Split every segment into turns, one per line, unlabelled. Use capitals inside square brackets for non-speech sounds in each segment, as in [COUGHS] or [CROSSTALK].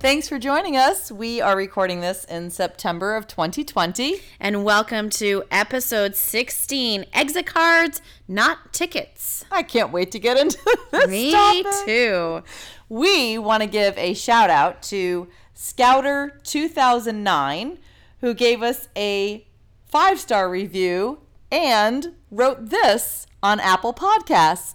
Thanks for joining us. We are recording this in September of 2020.
And welcome to episode 16 Exit Cards, Not [LAUGHS] Tickets.
I can't wait to get into [LAUGHS] this.
Me
topic.
too.
We want to give a shout out to Scouter2009, who gave us a five star review and wrote this on Apple Podcast.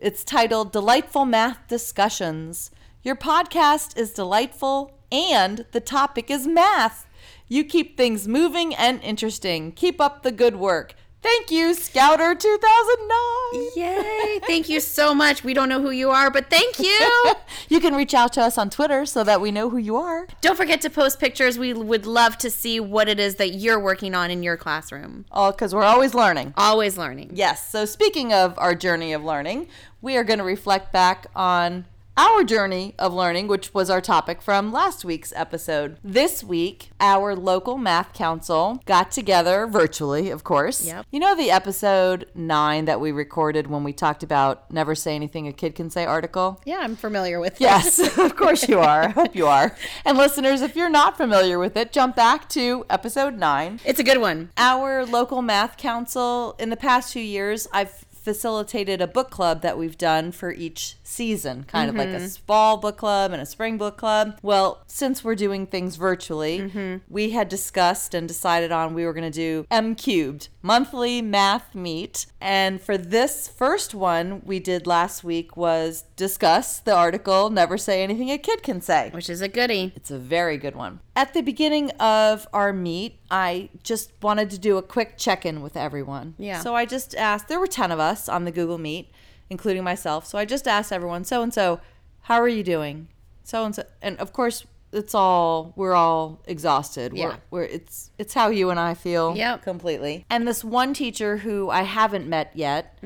It's titled Delightful Math Discussions. Your podcast is delightful and the topic is math. You keep things moving and interesting. Keep up the good work. Thank you, Scouter2009.
Yay. Thank you so much. We don't know who you are, but thank [LAUGHS] you.
You can reach out to us on Twitter so that we know who you are.
don't forget to post pictures. We would love to see what it is that you're working on in your classroom.
All because we're always learning.
Always learning.
Yes. So, speaking of our journey of learning, we are going to reflect back on our journey of learning, which was our topic from last week's episode. This week, our local math council got together virtually, of course.
Yep.
You know the episode nine that we recorded when we talked about Never Say Anything a Kid Can Say article?
Yeah, I'm familiar with it.
Yes, [LAUGHS] of course you are. I hope you are. And listeners, if you're not familiar with it, jump back to episode nine.
It's a good one.
Our local math council, in the past few years, I've facilitated a book club that we've done for each season, kind of like a fall book club and a spring book club. Well, since we're doing things virtually, we had discussed and decided on we were going to do M Cubed, monthly math meet. And for this first one we did last week was discuss the article Never Say Anything a Kid Can Say.
Which is a goodie.
It's a very good one. At the beginning of our meet, I just wanted to do a quick check in with everyone.
Yeah.
So I just asked, there were 10 of us on the Google Meet, including myself. So I just asked everyone, so and so, how are you doing? So and so. And of course, it's all, we're all exhausted.
Yeah.
We're, we're, it's, it's how you and I feel.
Yep.
Completely. And this one teacher who I haven't met yet,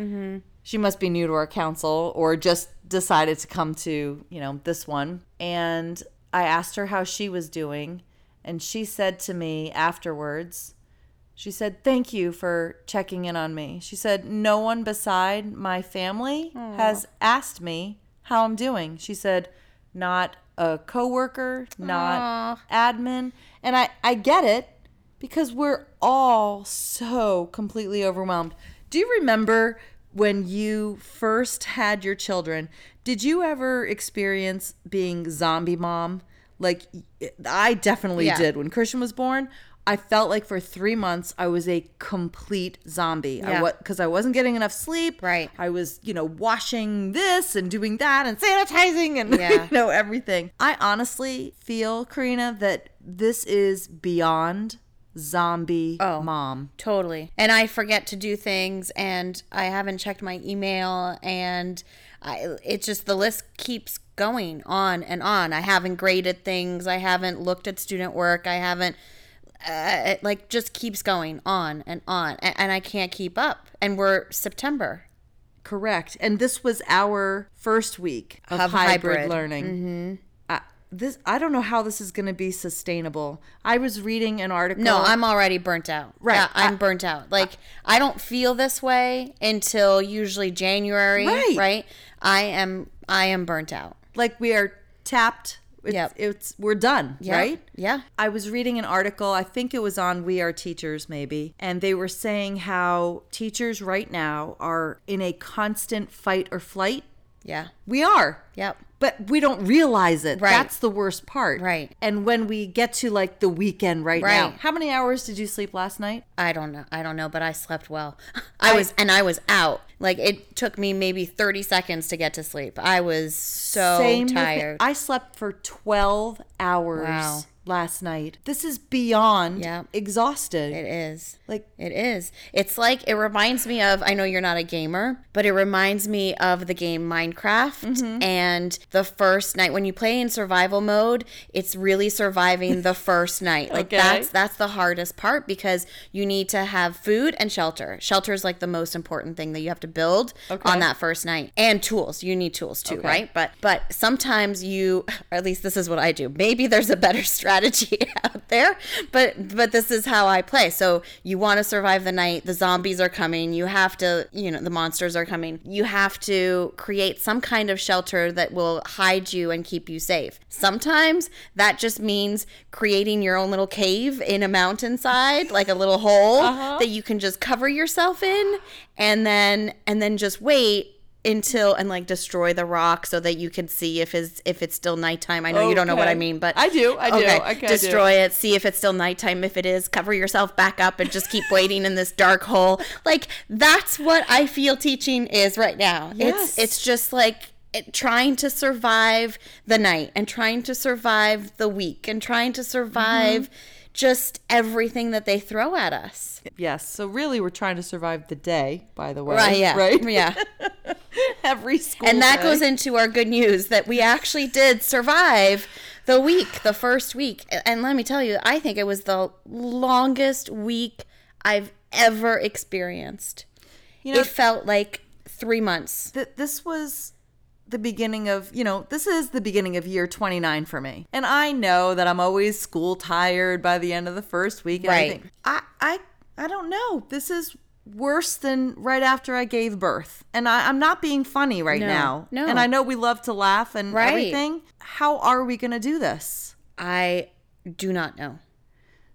she must be new to our council or just decided to come to, you know, this one. And I asked her how she was doing. And she said to me afterwards, she said, Thank you for checking in on me. She said, No one beside my family has asked me how I'm doing. She said, Not a coworker, not admin. And I, I get it because we're all so completely overwhelmed. Do you remember when you first had your children? Did you ever experience being zombie mom? Like I definitely
Yeah.
did when Christian was born. I felt like for three months I was a complete zombie.
Yeah.
I because I wasn't getting enough sleep.
Right.
I was, you know, washing this and doing that and sanitizing and [LAUGHS]
Yeah.
you know everything. I honestly feel, Karina, that this is beyond zombie
Oh.
mom.
Totally. And I forget to do things and I haven't checked my email and I it's just the list keeps going on and on. I haven't graded things, I haven't looked at student work, I haven't uh, it like just keeps going on and on and, and I can't keep up. And we're September.
Correct. And this was our first week of,
Of
hybrid,
hybrid. Mm-hmm.
learning. I, this I don't know how this is going to be sustainable. I was reading an article.
No, I'm already burnt out.
Right.
Yeah, I'm burnt out. Like I don't feel this way until usually January,
Right.
right? I am I am burnt out.
like we are tapped. It's,
Yep.
it's we're done,
Yeah.
right?
Yeah.
I was reading an article, I think it was on We Are Teachers, maybe, and they were saying how teachers right now are in a constant fight or flight.
Yeah.
We are.
Yep.
But we don't realize it.
Right.
That's the worst part.
Right.
And when we get to like the weekend right, now,
Right.
how many hours did you sleep last night?
I don't know. I don't know, but I slept well. [LAUGHS] I, was, and I was out. Like it took me maybe thirty seconds to get to sleep. I was so
with me.
tired.
I slept for 12 hours
Wow.
last night. This is beyond
Yeah.
exhausted.
It is.
like
It is. It's like it reminds me of I know you're not a gamer, but it reminds me of the game Minecraft
Mm-hmm.
and the first night when you play in survival mode, it's really surviving the first night. Like
Okay.
that's that's the hardest part because you need to have food and shelter. Shelter is like the most important thing that you have to build
Okay.
on that first night. And tools. You need tools too, right? But but sometimes you or at least this is what I do. Maybe there's a better [LAUGHS] strategy out there, but but this is how I play. So you want to survive the night, the zombies are coming, you have to, you know, the monsters are coming. You have to create some kind of shelter that will hide you and keep you safe. Sometimes that just means creating your own little cave in a mountainside, like a
[LAUGHS]
little hole
Uh-huh.
that you can just cover yourself in and then and then just wait until and like destroy the rock so that you can see if it's if it's still nighttime. I know you don't know what I
Okay.
mean, but
I do, I do,
Okay.
I kinda do.
destroy it. See if it's still nighttime. If it is, cover yourself back up and just keep waiting in this dark hole. Like that's what I feel teaching is right now.
Yes.
It's it's just like it, trying to survive the night and trying to survive the week and trying to
Mm-hmm.
survive just everything that they throw at us.
yes. So really, we're trying to survive the day. By the way,
Right? Yeah.
right.
Yeah.
[LAUGHS] Every school,
and that
day.
goes into our good news that we actually did survive the week, the first week. And let me tell you, I think it was the longest week I've ever experienced.
You know,
it felt like three months.
th- this was the beginning of you know this is the beginning of year 29 for me and i know that i'm always school tired by the end of the first week and
Right.
everything. i i i don't know this is worse than right after i gave birth and I, i'm not being funny right
No,
now
no.
and i know we love to laugh and
Right.
everything how are we gonna do this
I do not know.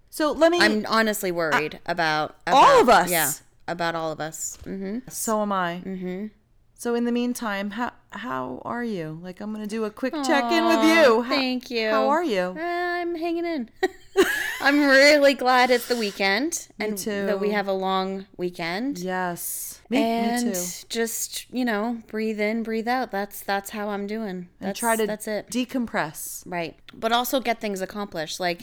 so let me
I'm honestly worried about,
Mm. All
about-
of us.
Yeah, about all of us. hmm
so am i mm-hmm. so in the meantime how how are you like i'm gonna do a quick check-in with you How-
Thank you.
how are you
Eh, I'm hanging in. [LAUGHS] I'm really glad it's the weekend and
too.
that we have a long weekend.
yes me,
and
me too
just you know breathe in breathe out that's that's how i'm doing that's
try to
that's it
decompress.
right but also get things accomplished like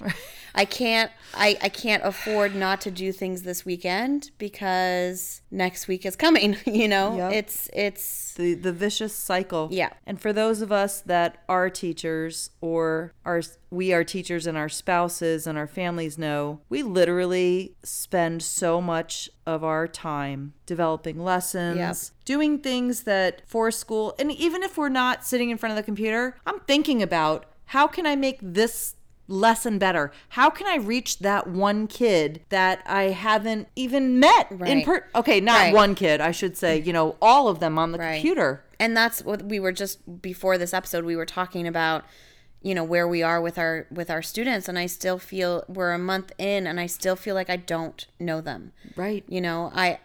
i can't i i can't afford not to do things this weekend because next week is coming [LAUGHS] you know
Yep.
it's it's
The the vicious cycle.
Yeah.
And for those of us that are teachers or are we are teachers and our spouses and our families know, we literally spend so much of our time developing lessons,
Yep.
doing things that for school and even if we're not sitting in front of the computer, I'm thinking about how can I make this lesson better? How can I reach that one kid that I haven't even met in
Right.
per- okay, not
Right.
one kid, I should say, you know, all of them on the
Right.
computer.
and that's what we were just before this episode we were talking about you know where we are with our with our students and i still feel we're a month in and i still feel like i don't know them
Right.
you know i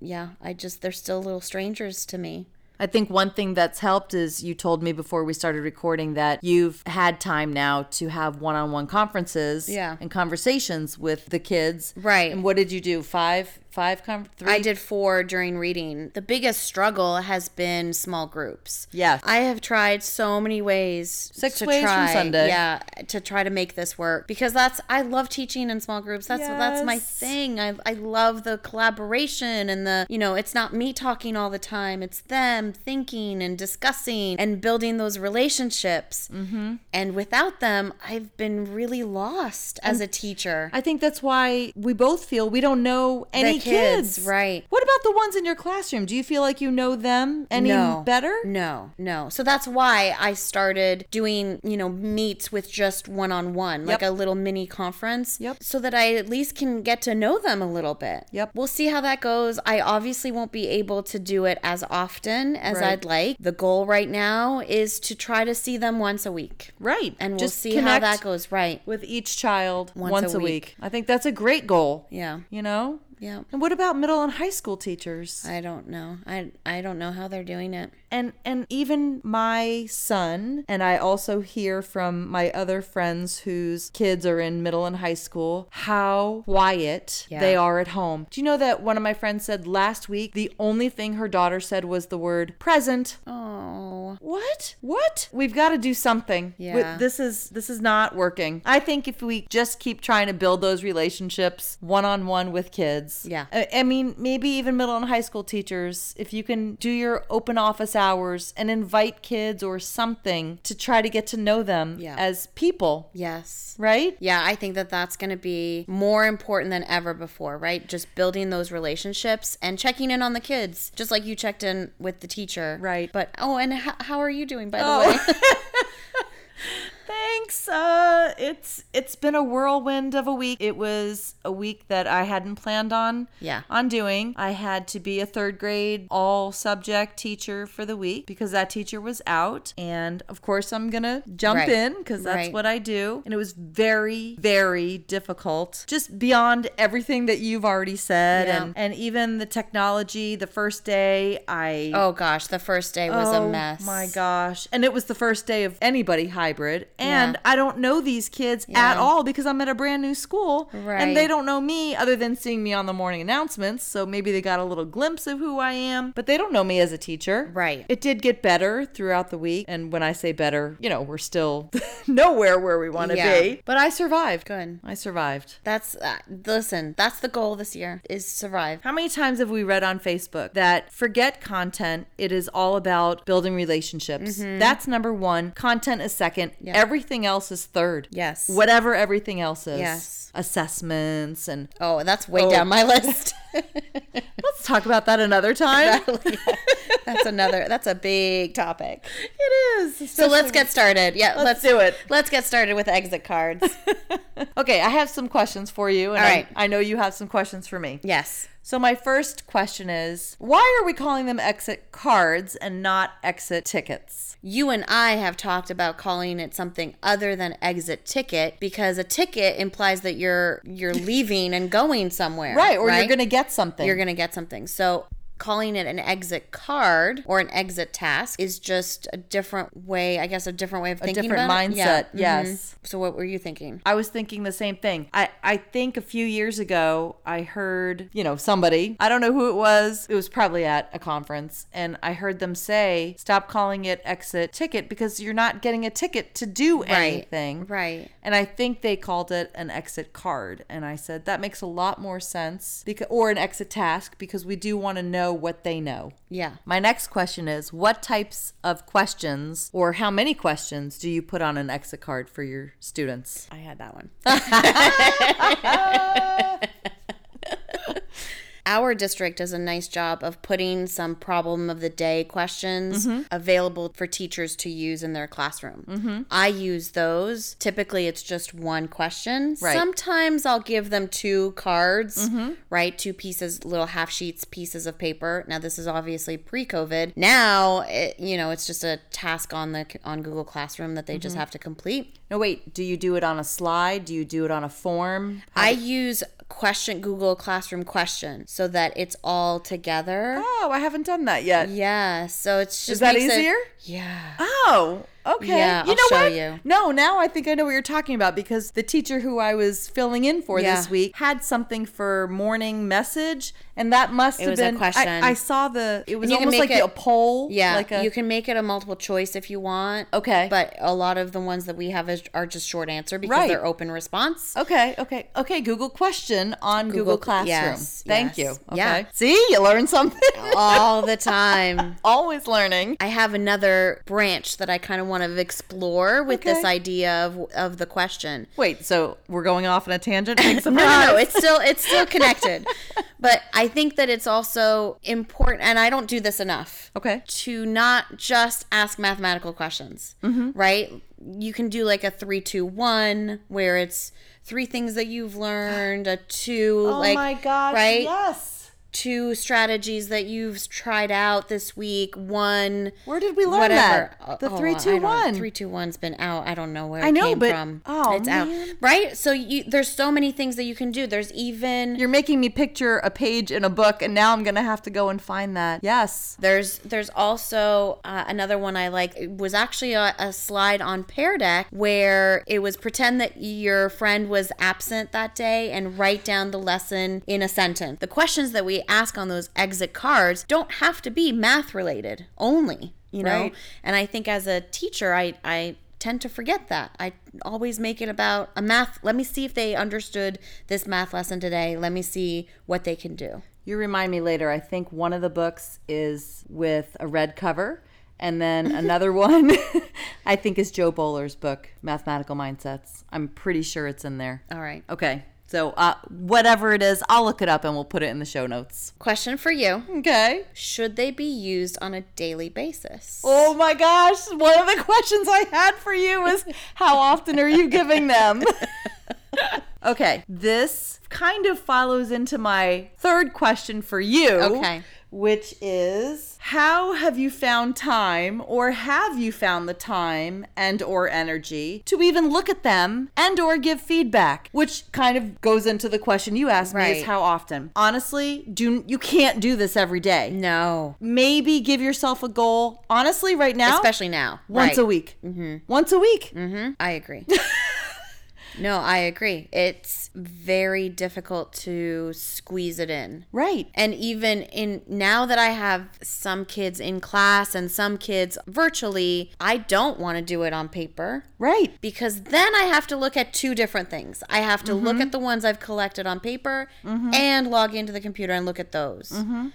yeah i just they're still little strangers to me
I think one thing that's helped is you told me before we started recording that you've had time now to have one on one conferences
Yeah.
and conversations with the kids.
Right.
And what did you do? Five, five, con- three?
i did four during reading the biggest struggle has been small groups
Yes.
i have tried so many ways
Six ways from Sunday.
yeah to try to make this work because that's i love teaching in small groups that's that's my
Yes.
thing I, I love the collaboration and the you know it's not me talking all the time it's them thinking and discussing and building those relationships mm-hmm. and without them i've been really lost as a teacher
I think that's why we both feel we don't know any
kids, right.
What about the ones in your classroom? Do you feel like you know them any better?
No, no. So that's why I started doing, you know, meets with just one on one, like a little mini conference.
Yep.
So that I at least can get to know them a little bit.
Yep.
We'll see how that goes. I obviously won't be able to do it as often as
Right.
I'd like. The goal right now is to try to see them once a week.
Right.
And we'll
Just
see how
connect
that goes. Right.
With each child once,
Once
a,
a
week.
week.
I think that's a great goal.
Yeah.
You know?
Yeah.
And what about middle and high school teachers?
I don't know. I I don't know how they're doing it.
and and even my son and i also hear from my other friends whose kids are in middle and high school how quiet
Yeah.
they are at home do you know that one of my friends said last week the only thing her daughter said was the word present
Oh.
What? What? We've got to do something. We-
Yeah.
This is this is not working. I think if we just keep trying to build those relationships one on one with kids.
Yeah.
I, I mean, maybe even middle and high school teachers, if you can do your open office hours and invite kids or something to try to get to know them
Yeah.
as people,
Yes.
right?
Yeah, I think that that's going to be more important than ever before, right? Just building those relationships and checking in on the kids, just like you checked in with the teacher.
Right.
But, oh, and h- how are you doing, by
Oh.
the
[LAUGHS]
way?
Thanks. Uh, it's it's been a whirlwind of a week. It was a week that I hadn't planned on.
Yeah.
On doing, I had to be a third grade all subject teacher for the week because that teacher was out, and of course I'm gonna jump
Right.
in because that's
Right.
what I do. And it was very very difficult, just beyond everything that you've already said,
Yeah.
and and even the technology. The first day, I
oh, gosh, the first day was a mess.
Oh my gosh. And it was the first day of anybody hybrid. And
Yeah.
I don't know these kids at
Yeah.
all because I'm at a brand new school. And they
Right.
don't know me other than seeing me on the morning announcements. So maybe they got a little glimpse of who I am, but they don't know me as a teacher.
Right.
It did get better throughout the week. And when I say better, you know, we're still [LAUGHS] nowhere where we want to
Yeah.
be. But I survived.
Good.
I survived.
That's, uh, listen, that's the goal this year is survive.
How many times have we read on Facebook that forget content? It is all about building relationships. That's number one. Content is second.
Mm-hmm. Yeah.
Everything else is third.
Yes.
Whatever everything else is.
Yes.
Assessments and
Oh, that's way
Oh. [LAUGHS]
down my list. [LAUGHS]
let's talk about that another time.
that's another, that's a big topic.
it is.
So let's get started. Yeah,
Let's do it.
Let's get started with exit cards.
[LAUGHS] Okay, I have some questions for you. And
All
I-
right.
I know you have some questions for me.
yes.
So my first question is why are we calling them exit cards and not exit tickets?
You and I have talked about calling it something other than exit ticket because a ticket implies that you're
[LAUGHS]
you're leaving and going somewhere.
Right. Or you're gonna get something.
you're gonna get something. So calling it an exit card or an exit task is just a different way, I guess a different way of thinking
different
about it. Yeah.
mindset. Yes.
Mhm. So what were you thinking?
I was thinking the same thing. I, I think a few years ago, I heard, you know, somebody, I don't know who it was, it was probably at a conference, and I heard them say, stop calling it exit ticket because you're not getting a ticket to do anything.
Right.
And I think they called it an exit card. And I said, that makes a lot more sense, because, or an exit task, because we do want to know what they know.
Yeah.
My next question is What types of questions or how many questions do you put on an exit card for your students?
I had that one. [LAUGHS] Our district does a nice job of putting some problem of the day questions available for teachers to use in their classroom. I use those. Typically, it's just one question.
Right.
Sometimes I'll give them two cards, right? Two pieces, little half sheets, pieces of paper. Now, this is obviously pre COVID. Now, it, you know, it's just a task on the on Google Classroom that they just have to complete.
No, wait. Do you do it on a slide? Do you do it on a form?
I use question Google Classroom question so that it's all together.
Oh, I haven't done that yet.
Yeah, so it's just
that
makes it-
easier?
yeah.
Oh, okay.
Yeah,
you
I'll
know
show
what?
you.
No, now I think I know what you're talking about because the teacher who I was filling in for this
Yeah.
week had something for morning message, and that must have
was a
been. I-
question.
I, saw the. It was
you can
almost like
make it-
a poll.
Yeah,
Oh, Like a.
you can make it a multiple choice if you want.
Okay.
But a lot of the ones that we have is, are just short answer because
Right. Oh.
they're open response.
Okay, okay, okay. Google question on Google, Classroom.
yes,
Thank
yes,
you. Okay.
yeah.
See, you learn something.
all the time.
[LAUGHS] Always learning.
I have another branch that I kind of want to explore with this
Okay.
idea of of the question.
Wait, so we're going off on a tangent? [COUGHS] Big
no, no, no,
surprise.
it's still it's
[LAUGHS]
still connected. but I think that it's also important, and I don't do this enough.
Okay.
to not just ask mathematical questions,
Mm-hmm.
right? You can do like a three, two, one, where it's three things that you've learned, a two,
Oh
like right,
Yes.
two strategies that you've tried out this week, one,
Where did we learn
whatever.
that? The
Oh,
three,
I
two,
don't-
one.
Three, two, one's been out. I don't know where
I
it
know,
came
but-
from.
oh,
it's
man.
out, right? So you, there's so many things that you can do. There's even
You're making me picture a page in a book, and now I'm gonna have to go and find that. Yes.
There's there's also uh, another one I like. It was actually a, a slide on Pear Deck where it was pretend that your friend was absent that day and write down the lesson in a sentence. The questions that we they ask on those exit cards don't have to be math related only, you know?
Right.
And I think as a teacher, I, I tend to forget that. I always make it about a math. Let me see if they understood this math lesson today. Let me see what they can do.
You remind me later. I think one of the books is with a red cover, and [LAUGHS] then another one I think is Joe Bowler's book, Mathematical Mindsets. I'm pretty sure it's in there.
All right.
Okay. So, uh, whatever it is, I'll look it up and we'll put it in the show notes.
Question for you
Okay.
Should they be used on a daily basis?
Oh my gosh. One of the [LAUGHS] questions I had for you was how often are you giving them? okay. [LAUGHS] This kind of follows into my third question for you.
Okay.
Which is how have you found time or have you found the time and or energy to even look at them and or give feedback? Which kind of goes into the question you asked me
Right.
is how often. Honestly, do you can't do this every day
No.
maybe give yourself a goal. Honestly, right now,
Especially now.
once
Right. Mm-hmm.
a week. Once a week.
hmm I [LAUGHS] agree. no, I agree. It's very difficult to squeeze it in.
Right.
And even in now that I have some kids in class and some kids virtually, I don't want to do it on paper
Right.
because then I have to look at two different things. I have to look at the ones I've collected on paper and log into the computer and look at those.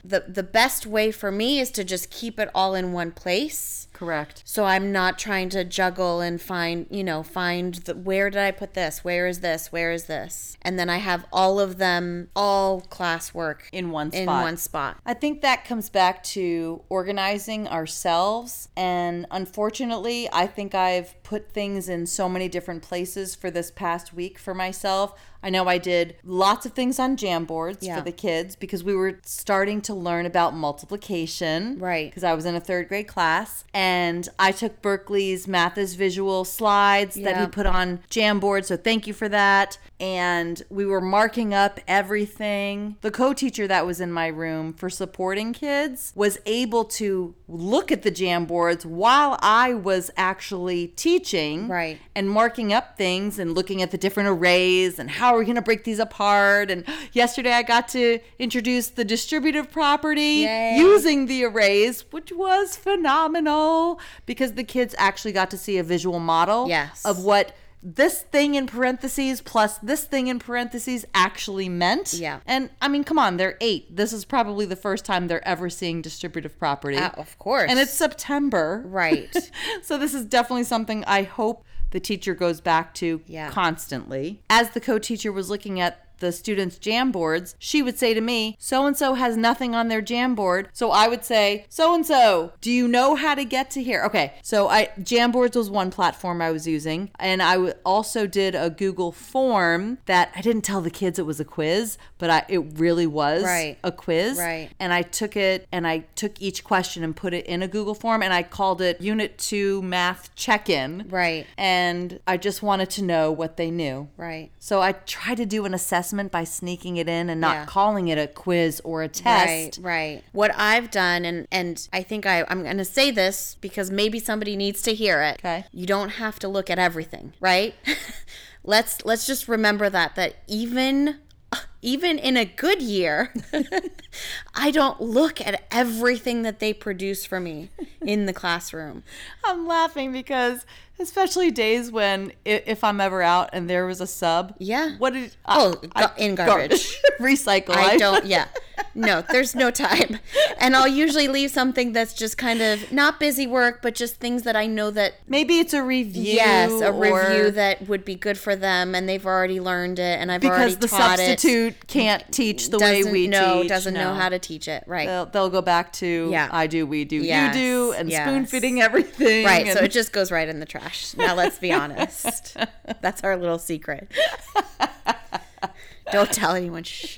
The the best way for me is to just keep it all in one place.
Correct.
So I'm not trying to juggle and find, you know, find the, where did I put this? Where is this? Where is this? And then I have all of them, all classwork
In one spot.
in one spot.
I think that comes back to organizing ourselves. And unfortunately, I think I've put things in so many different places for this past week for myself. I know I did lots of things on jam boards
Yeah.
for the kids because we were starting to learn about multiplication.
Right.
Because I was in a third grade class and I took Berkeley's Math is Visual slides that he
Yeah.
put put on Jamboard, so thank you for that. And we were marking up everything. The co teacher that was in my room for supporting kids was able to look at the Jamboards while I was actually teaching
Right.
and marking up things and looking at the different arrays and how are we going to break these apart. And [GASPS] yesterday I got to introduce the distributive property
Yay.
using the arrays, which was phenomenal because the kids actually got to see a visual model
Yes.
of what this thing in parentheses plus this thing in parentheses actually meant.
Yeah.
And I mean, come on, they're eight. This is probably the first time they're ever seeing distributive property.
Uh, of course.
And it's September. [LAUGHS]
right.
So this is definitely something I hope the teacher goes back to
Yeah.
constantly. As the co-teacher was looking at the students' jam boards, she would say to me, "So and so has nothing on their jam board." So I would say, "So and so, do you know how to get to here?" Okay. So I jam boards was one platform I was using, and I w- also did a Google form that I didn't tell the kids it was a quiz, but I, it really was
Right.
a quiz
Right.
and I took it and I took each question and put it in a Google form and I called it Unit 2 Math Check In.
right.
And I just wanted to know what they knew.
Right.
So I tried to do an assessment by sneaking it in and not
Yeah.
calling it a quiz or a test.
Right, right. What I've done, and and I think I I'm gonna say this because maybe somebody needs to hear it.
Okay.
You don't have to look at everything, right? [LAUGHS] let's let's just remember that that even even in a good year, [LAUGHS] I don't look at everything that they produce for me in the [LAUGHS] classroom.
I'm laughing because especially days when i- if I'm ever out and there was a sub.
Yeah.
What did
Oh, gar- in garbage.
[LAUGHS] recycle.
I don't. Yeah. No, there's no time. And I'll usually leave something that's just kind of not busy work, but just things that I know that
[LAUGHS] Maybe it's a review.
yes, a
or-
review that would be good for them, and they've already learned it, and I've already
because the
taught it.
substitute can't teach the way
Doesn't
we
know,
teach.
doesn't know
no.
how to teach it, right?
They'll, they'll go back to
Yeah.
I do, we do,
Yes,
you do, and
yes.
spoon feeding everything.
Right, so
and-
it just goes right in the trash. Now let's
[LAUGHS]
be honest. That's our little secret. Don't tell anyone. Shh.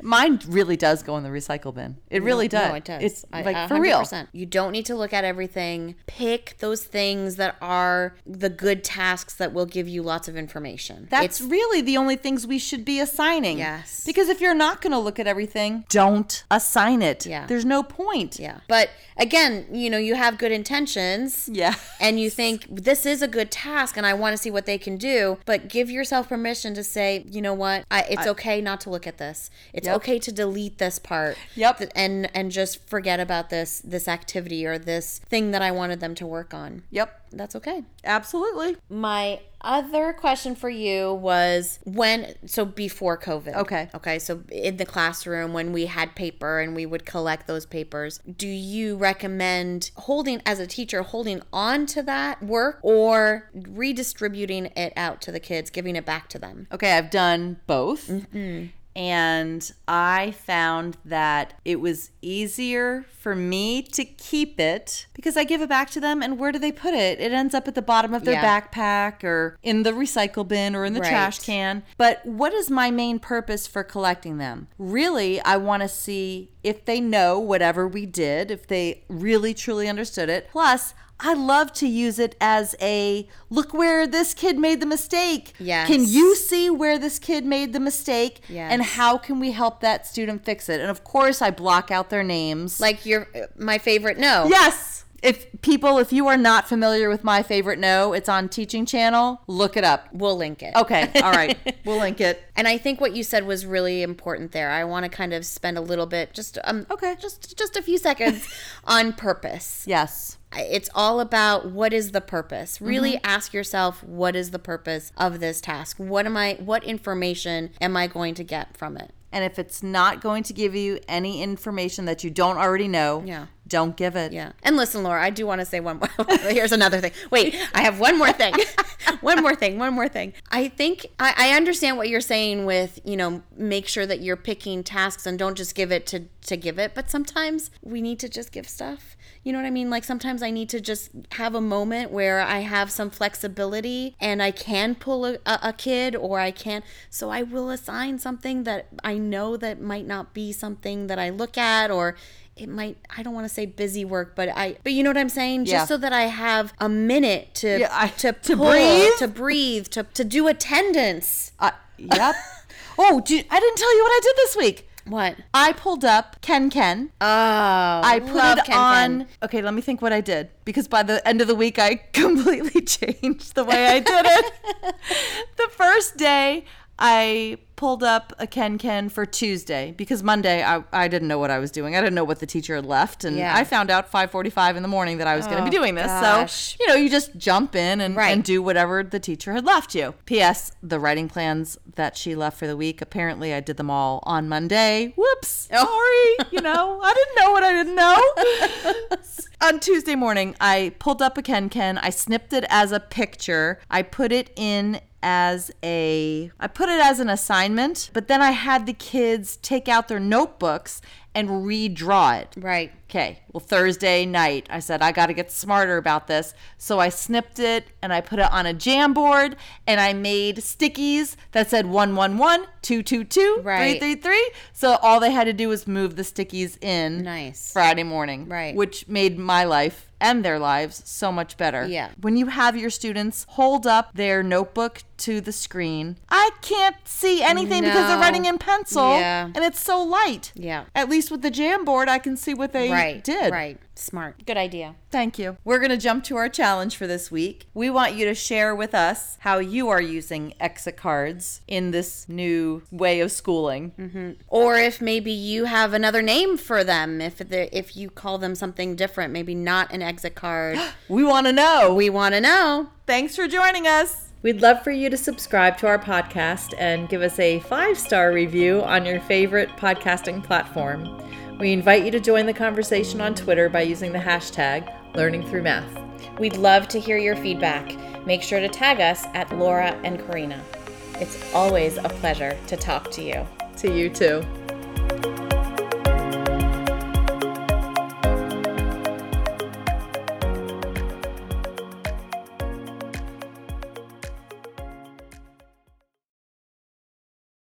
mine really does go in the recycle bin. It really does.
No, it does.
It's
I-
like for real.
100%. You don't need to look at everything. Pick those things that are the good tasks that will give you lots of information.
That's really the only things we should be assigning.
Yes.
Because if you're not going to look at everything, don't assign it.
Yeah.
There's no point.
yeah. But again, you know, you have good intentions.
Yeah.
and you think this is a good task and I want to see what they can do, but give yourself permission to say, you know what, I, it's okay not to look at this. It's
Yep.
okay to delete this part.
Yep.
th- and and just forget about this this activity or this thing that I wanted them to work on.
Yep,
That's okay.
absolutely.
My other question for you was when, so before COVID.
Okay.
Okay. So in the classroom, when we had paper and we would collect those papers, do you recommend holding, as a teacher, holding on to that work or redistributing it out to the kids, giving it back to them?
Okay, I've done both.
Mm-hmm.
And I found that it was easier for me to keep it because I give it back to them. And where do they put it? It ends up at the bottom of their
Yeah.
backpack or in the recycle bin or in the
Right.
trash can. But what is my main purpose for collecting them? Really, I want to see if they know whatever we did, if they really truly understood it. Plus, I love to use it as a look where this kid made the mistake.
Yes.
Can you see where this kid made the mistake
Yes.
and how can we help that student fix it? And of course, I block out their names.
Like your, my favorite, no.
yes. If people, if you are not familiar with my favorite no, it's on Teaching Channel. Look it up.
We'll link it.
Okay. All
[LAUGHS]
right. we'll link it.
And I think what you said was really important there. I want to kind of spend a little bit, just um,
Okay.
just just a few
[LAUGHS]
seconds on purpose.
Yes.
it's all about what is the purpose really ask yourself what is the purpose of this task what am i what information am i going to get from it
And if it's not going to give you any information that you don't already know,
Yeah.
don't give it.
yeah and listen laura i do want to say one more [LAUGHS] here's another thing wait i have one more thing [LAUGHS] one more thing one more thing i think I, I understand what you're saying with you know make sure that you're picking tasks and don't just give it to to give it but sometimes we need to just give stuff you know what i mean like sometimes i need to just have a moment where i have some flexibility and i can pull a, a a kid or i can so i will assign something that i know that might not be something that i look at or it might i don't want to say busy work but i but you know what i'm saying just
Yeah.
so that i have a minute to
Yeah, I-
to,
to
pull,
breathe?
to breathe to, to do attendance
Uh, yep. oh, do you- [LAUGHS] I didn't tell you what I did this week.
what
I pulled up Ken Ken.
oh
I put it on. Okay, let me think what I did because by the end of the week, I [LAUGHS] completely changed the way I did it.
[LAUGHS]
the first day, I pulled up a Ken Ken for Tuesday because Monday I, I didn't know what I was doing. I didn't know what the teacher had left, and
Yeah.
I found out 5:45 in the morning that I was going to be
Oh,
doing this.
gosh.
So you know, you just jump in and,
Right.
and do whatever the teacher had left you. P.S. The writing plans that she left for the week. Apparently, I did them all on Monday. Whoops.
Oh.
Sorry. you know, I didn't know what I didn't
[LAUGHS]
know. on Tuesday morning, I pulled up a Ken Ken. I snipped it as a picture. I put it in as a I put it as an assignment, but then I had the kids take out their notebooks and redraw it.
right
Okay, well, Thursday night, I said, I got to get smarter about this. So I snipped it and I put it on a jam board and I made stickies that said 111, 222,
Right.
333. So all they had to do was move the stickies in
Nice.
Friday morning,
Right.
which made my life and their lives so much better.
Yeah.
When you have your students hold up their notebook to the screen, I can't see anything because they're
No.
writing in pencil
Yeah.
and it's so light.
Yeah.
At least with the jam board, I can see what they
right
did.
right smart good idea
Thank you. We're going to jump to our challenge for this week. We want you to share with us how you are using exit cards in this new way of schooling.
or if maybe you have another name for them if the if you call them something different maybe not an
[GASPS]
exit card
We want to know.
we want to know
Thanks for joining us. We'd love for you to subscribe to our podcast and give us a five star review on your favorite podcasting platform. We invite you to join the conversation on Twitter by using the hashtag LearningThroughMath.
we'd love to hear your feedback make sure to tag us at laura and karina it's always a pleasure to talk to you
To you too.